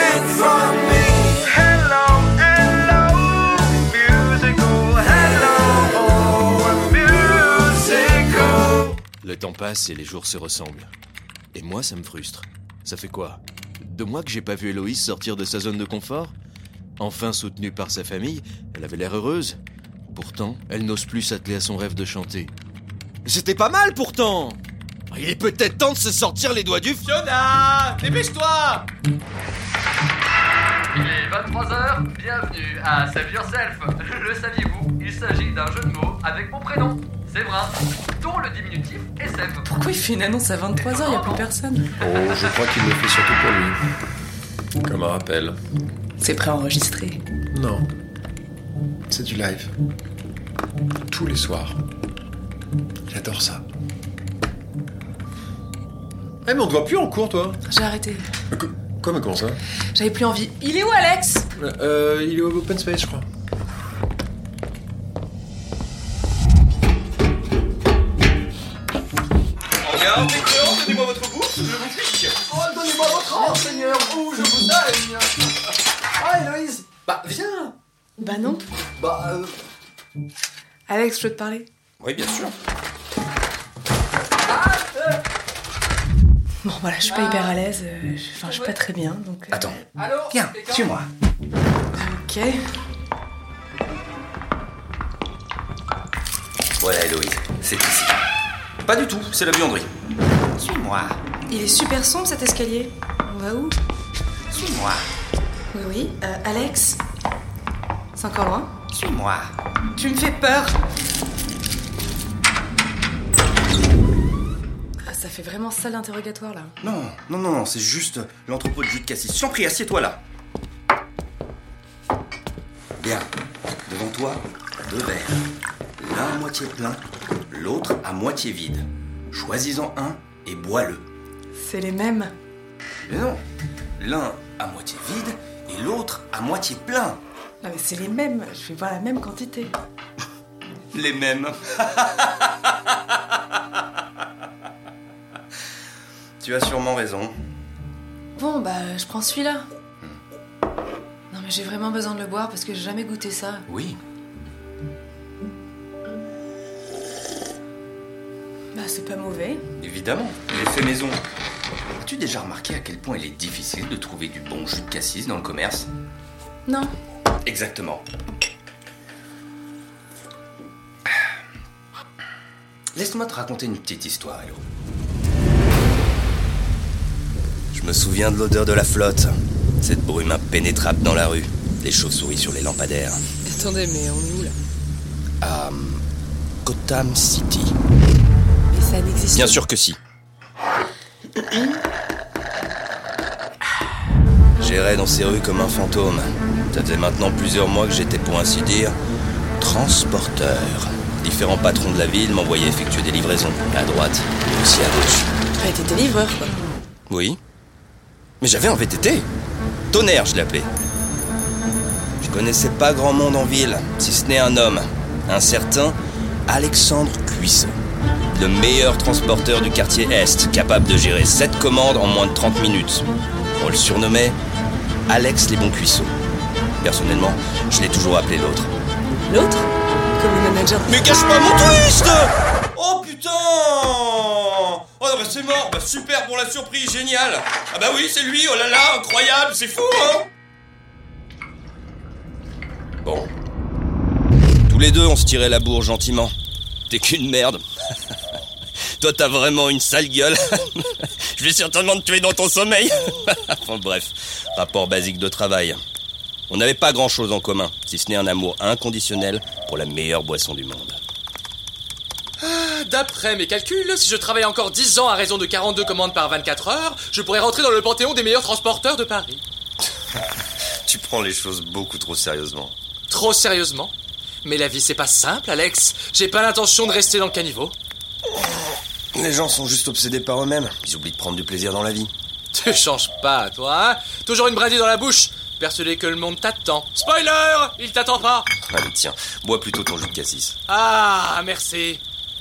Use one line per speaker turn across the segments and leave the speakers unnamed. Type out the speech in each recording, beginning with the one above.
from me. Hello, hello, musical. Hello, musical.
Le temps passe et les jours se ressemblent. Et moi, ça me frustre. Ça fait quoi Deux mois que j'ai pas vu Héloïse sortir de sa zone de confort Enfin soutenue par sa famille, elle avait l'air heureuse. Pourtant, elle n'ose plus s'atteler à son rêve de chanter. C'était pas mal pourtant Il est peut-être temps de se sortir les doigts du fion
Fiona Dépêche-toi
Il est 23h, bienvenue à Save Yourself. Le saviez-vous Il s'agit d'un jeu de mots avec mon prénom, Séverin, dont le diminutif est Sève.
Pourquoi il fait une annonce à 23h, il n'y a plus personne
Oh, je crois qu'il le fait surtout pour lui. Comme un rappel.
C'est préenregistré.
Non. C'est du live. Tous les soirs. J'adore ça. Eh, mais on te voit plus en cours, toi
J'ai arrêté.
Euh, co- Quoi, mais comment ça
J'avais plus envie. Il est où Alex
Euh, il est au open space, je crois.
Regarde, écœurant, donnez-moi votre bouffe, je vous pique
Oh, donnez-moi votre âme, Seigneur, vous, je vous aime. Ah, Héloïse, bah viens.
Bah non.
Bah, euh,
Alex, je peux te parler
Oui, bien sûr.
Bon voilà, je suis pas hyper à l'aise, euh, je- enfin je suis pas très bien, donc... euh,
Attends.
alors, viens, suis-moi.
Ok.
Voilà, Héloïse, c'est ici. Pas du tout, c'est la buanderie. Suis-moi,
Il est super sombre cet escalier. On va où
suis-moi,
Oui, oui. Euh, Alex C'est encore loin
suis-moi.
Tu me fais peur Ah, ça fait vraiment salle d'interrogatoire, là.
Non, non, non, non, c'est juste l'entrepôt de jus de cassis. Je t'en prie, assieds-toi là. Bien. Devant toi, deux verres. L'un à moitié plein, l'autre à moitié vide. Choisis-en un et bois-le.
C'est les mêmes.
Mais non, l'un à moitié vide et l'autre à moitié plein.
Non mais c'est les mêmes, je vais voir la même quantité.
Les mêmes. tu as sûrement raison.
Bon, bah, je prends celui-là. Non mais j'ai vraiment besoin de le boire parce que j'ai jamais goûté ça.
Oui.
Bah, c'est pas mauvais.
Évidemment, j'ai fait maison. As-tu déjà remarqué à quel point il est difficile de trouver du bon jus de cassis dans le commerce
Non.
Exactement. Laisse-moi te raconter une petite histoire, Hello. Je me souviens de l'odeur de la flotte, cette brume impénétrable dans la rue, les chauves-souris sur les lampadaires. euh,
Attendez, mais on est où, là
Gotham City.
Mais ça n'existe
Bien sûr que si. J'errais dans ces rues comme un fantôme. Ça faisait maintenant plusieurs mois que j'étais, pour ainsi dire, transporteur. Différents patrons de la ville m'envoyaient effectuer des livraisons, à droite, mais aussi à gauche.
Ah, t'étais livreur, quoi.
Oui. Mais j'avais un VTT. Tonnerre, je l'appelais. Je connaissais pas grand monde en ville, si ce n'est un homme, un certain Alexandre Cuisseau. Le meilleur transporteur du quartier Est, capable de gérer 7 commandes en moins de 30 minutes. On le surnommait Alex les bons cuisseaux. Personnellement, je l'ai toujours appelé l'autre.
L'autre Comme le manager
Mais cache pas mon twist Oh putain Oh non, bah c'est mort Bah super pour la surprise, génial Ah bah oui, c'est lui, oh là là, incroyable, c'est fou, hein Bon. Tous les deux, on se tirait la bourre gentiment. T'es qu'une merde. Toi, t'as vraiment une sale gueule. Je vais certainement te tuer dans ton sommeil. enfin bref, rapport basique de travail. On n'avait pas grand-chose en commun, si ce n'est un amour inconditionnel pour la meilleure boisson du monde.
D'après mes calculs, si je travaille encore 10 ans à raison de 42 commandes par 24 heures, je pourrais rentrer dans le panthéon des meilleurs transporteurs de Paris.
Tu prends les choses beaucoup trop sérieusement.
Trop sérieusement Mais la vie, c'est pas simple, Alex. J'ai pas l'intention de rester dans le caniveau.
Les gens sont juste obsédés par eux-mêmes. Ils oublient de prendre du plaisir dans la vie.
Tu changes pas, toi, hein Toujours une brindille dans la bouche, persuadé que le monde t'attend. Spoiler Il t'attend pas
Allez, tiens, bois plutôt ton jus de cassis.
Ah, merci.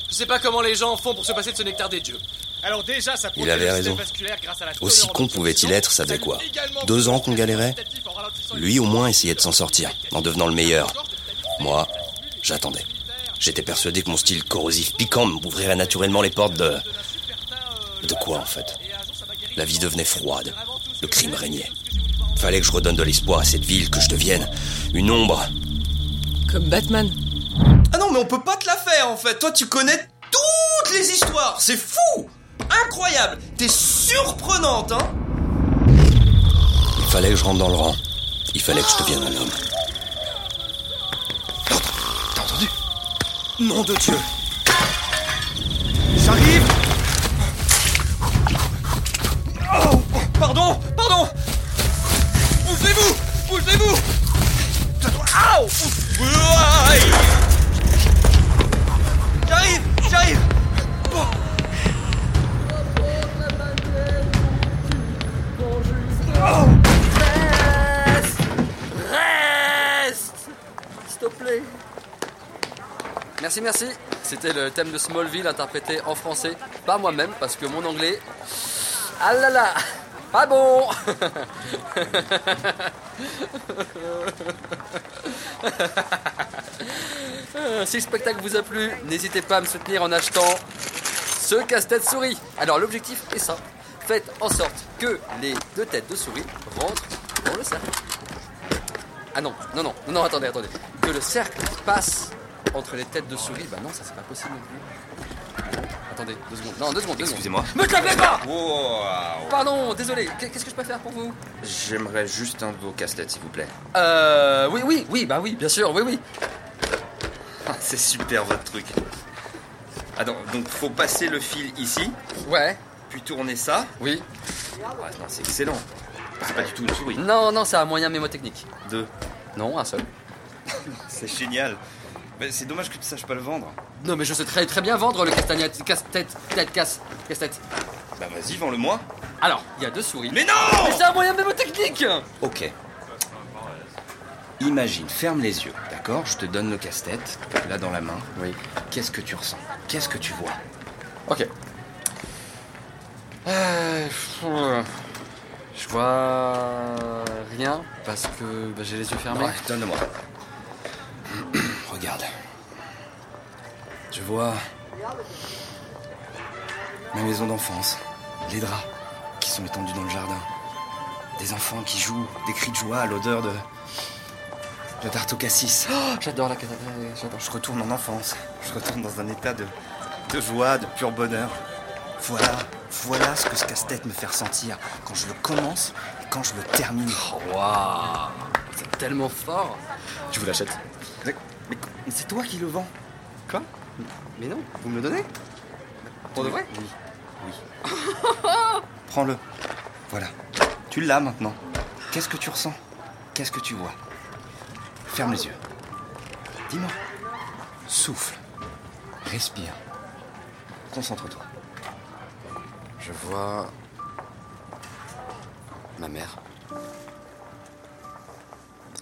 Je sais pas comment les gens font pour se passer de ce nectar des dieux. Alors déjà, ça protège
avait
le système
raison.
vasculaire grâce à la
Aussi
teneur en
con pouvait-il
oxygène.
être, ça faisait quoi
nous également
Deux ans
protège
qu'on galérait
facultatif en ralentissant
Lui au moins essayait de s'en sortir, en devenant le meilleur. Moi, j'attendais. J'étais persuadé que mon style corrosif piquant m'ouvrirait naturellement les portes de... De quoi en fait La vie devenait froide, le crime régnait. Fallait que je redonne de l'espoir à cette ville, que je devienne une ombre.
Comme Batman.
Ah non mais on peut pas te la faire en fait, toi tu connais toutes les histoires, c'est fou Incroyable T'es surprenante hein Il fallait que je rentre dans le rang, il fallait que je devienne un homme. T'as entendu Nom de Dieu J'arrive Oh, Pardon Pardon Bougez-vous Bougez-vous Aouh Ouh, aïe. J'arrive J'arrive
Merci, merci. C'était le thème de Smallville interprété en français par moi-même parce que mon anglais. Ah là là Pas bon Euh, Si le spectacle vous a plu, n'hésitez pas à me soutenir en achetant ce casse-tête souris. Alors l'objectif est simple. Faites en sorte que les deux têtes de souris rentrent dans le cercle. Ah non, non, non, non, non, attendez, attendez. Que le cercle passe entre les têtes de souris, bah non, ça c'est pas possible non plus. Attendez, deux secondes. Non, deux secondes, deux secondes.
Excusez-moi.
Me tapez pas Pardon, désolé, Qu- qu'est-ce que je peux faire pour vous
J'aimerais juste un de vos casse-têtes, s'il vous plaît.
Euh. Oui, oui, oui, bah oui, bien sûr, oui, oui.
Ah, C'est super votre truc. Attends, donc faut passer le fil ici,
Ouais,
puis tourner ça.
oui.
Ah, non, c'est excellent. C'est pas du tout une souris.
Non, non, c'est un moyen mémotechnique.
Deux.
Non, un seul.
C'est génial. Mais c'est dommage que tu saches pas le vendre.
Non, mais je sais très, très bien vendre le castagnette. Casse-tête, tête, casse, casse-tête.
Bah vas-y, vends-le moi.
Alors, il y a deux souris.
Mais non
Mais c'est un moyen mémotechnique
Ok. Imagine, ferme les yeux, d'accord Je te donne le casse-tête, là dans la main.
Oui.
Qu'est-ce que tu ressens Qu'est-ce que tu vois
Ok. Euh, pff, euh, je vois rien parce que bah, j'ai les yeux fermés.
Ouais, donne-moi. Regarde. Je vois ma maison d'enfance, les draps qui sont étendus dans le jardin, des enfants qui jouent, des cris de joie à l'odeur de la tarte au cassis.
Oh, J'adore la casse-tête. euh, J'adore.
Je retourne en enfance, je retourne dans un état de, de joie, de pur bonheur. Voilà, voilà ce que ce casse-tête me fait ressentir quand je le commence et quand je le termine.
Oh, Waouh C'est tellement fort
Tu vous l'achètes Mais, mais c'est toi qui le vends
Quoi Mais non,
Vous me le donnez
pour de vrai
Oui, oui. Prends-le. Voilà. Tu l'as maintenant. Qu'est-ce que tu ressens Qu'est-ce que tu vois Ferme les yeux. Dis-moi. Souffle. Respire. Concentre-toi.
Je vois. Ma mère.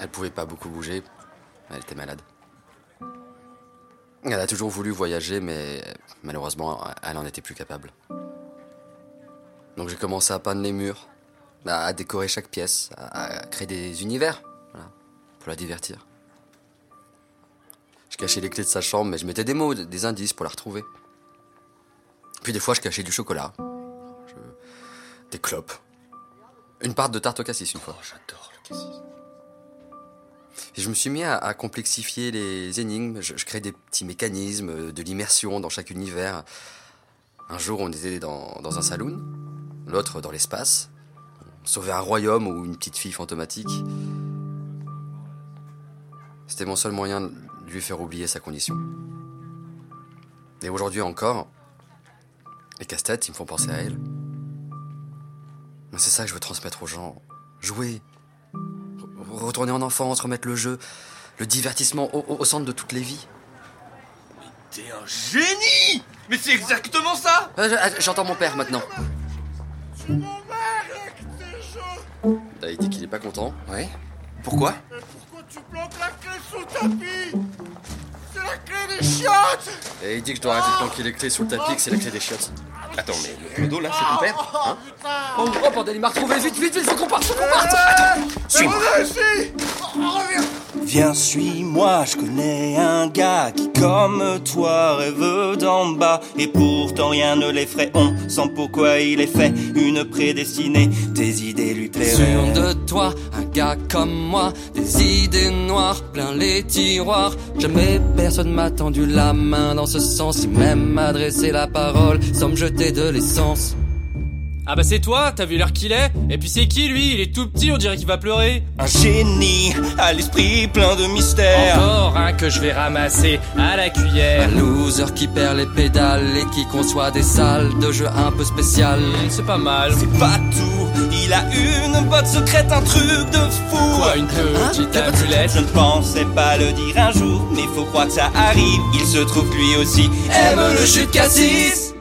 Elle pouvait pas beaucoup bouger. Elle était malade. Elle a toujours voulu voyager, mais malheureusement, elle en était plus capable. Donc j'ai commencé à peindre les murs, à à décorer chaque pièce, à à créer des univers, voilà, pour la divertir. Je cachais les clés de sa chambre, mais je mettais des mots, des indices pour la retrouver. Puis des fois, je cachais du chocolat. Des clopes. Une part de tarte au cassis, une fois. j'adore le cassis. Et je me suis mis à, à complexifier les énigmes. Je, je crée des petits mécanismes, euh, de l'immersion dans chaque univers. Un jour, on était dans, dans un saloon, l'autre dans l'espace. On sauvait un royaume ou une petite fille fantomatique. C'était mon seul moyen de lui faire oublier sa condition. Et aujourd'hui encore, les casse-têtes, ils me font penser à elle. Mais C'est ça que je veux transmettre aux gens. Jouer. Re- Retourner en enfance, remettre le jeu, le divertissement au, au- au centre de toutes les vies.
T'es un génie Mais c'est exactement ça
Euh, je- ah, J'entends mon père maintenant. Là, il dit qu'il est pas content.
Ouais. Pourquoi
Et il dit que je dois arrêter de planquer les clés sous le tapis, que c'est la clé des chiottes.
Attends, mais le clodo, là, Ah, c'est ton père hein
Oh, oh bordel, il m'a retrouvé Vite, vite, vite, faut qu'on parte, faut qu'on parte
Suis-moi Viens, suis-moi, je connais un gars qui, comme toi, rêve d'en bas. Et pourtant rien ne l'effraie, on sent pourquoi il est fait une prédestinée. Tes idées lui plairaient.
Sûr de toi, un gars comme moi, des idées noires plein les tiroirs. Jamais personne m'a tendu la main dans ce sens, ni même adressé la parole sans me jeter de l'essence.
Ah bah c'est toi, t'as vu l'heure qu'il est Et puis c'est qui lui Il est tout petit, on dirait qu'il va pleurer.
Un génie à l'esprit plein de mystères.
Encore un que je vais ramasser à la cuillère.
Un loser qui perd les pédales et qui conçoit des salles de jeu un peu spéciales.
C'est pas mal.
C'est pas tout, il a une botte secrète, un truc de fou. Hein?
Quoi, une petite amulette
Je ne pensais pas le dire un jour, mais faut croire que ça arrive. Il se trouve lui aussi aime le jus de cassis.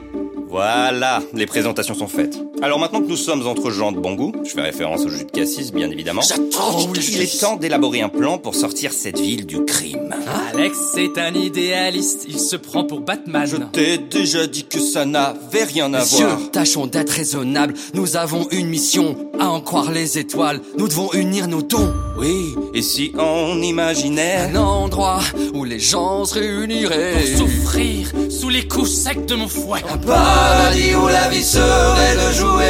Voilà, les présentations sont faites. Alors maintenant que nous sommes entre gens de bon goût, je fais référence au jus de cassis bien évidemment.
J'attends,
Oh,
je
Oh, Il est temps d'élaborer un plan pour sortir cette ville du crime.
Alex, c'est un idéaliste. Il se prend pour Batman.
Je t'ai déjà dit que ça n'avait rien à
Messieurs,
voir.
tâchons d'être raisonnables. Nous avons une mission, à en croire les étoiles. Nous devons unir nos dons.
Oui, et si on imaginait
Un endroit où les gens se réuniraient.
Souffrir sous les coups secs de mon fouet.
Paradis où la vie serait de jouer.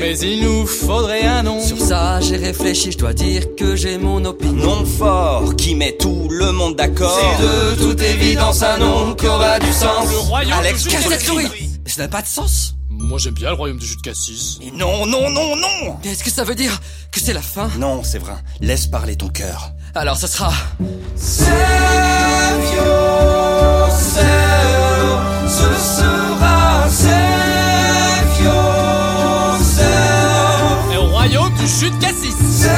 Mais il nous faudrait un nom.
Sur ça, j'ai réfléchi, je dois dire que j'ai mon opinion.
nom fort qui met tout le monde d'accord
de toute évidence un nom qu'aura du sens.
Le royaume
Alex,
du jus de
casse
Casse
la
cette
cassis.
souris Mais ça n'a pas de sens
Moi j'aime bien le royaume du jus de cassis.
Mais Non, non, non, non
Mais est-ce que ça veut dire que c'est la fin
Non, c'est vrai. Laisse parler ton cœur.
Alors ça sera...
Et au royaume du jus de cassis.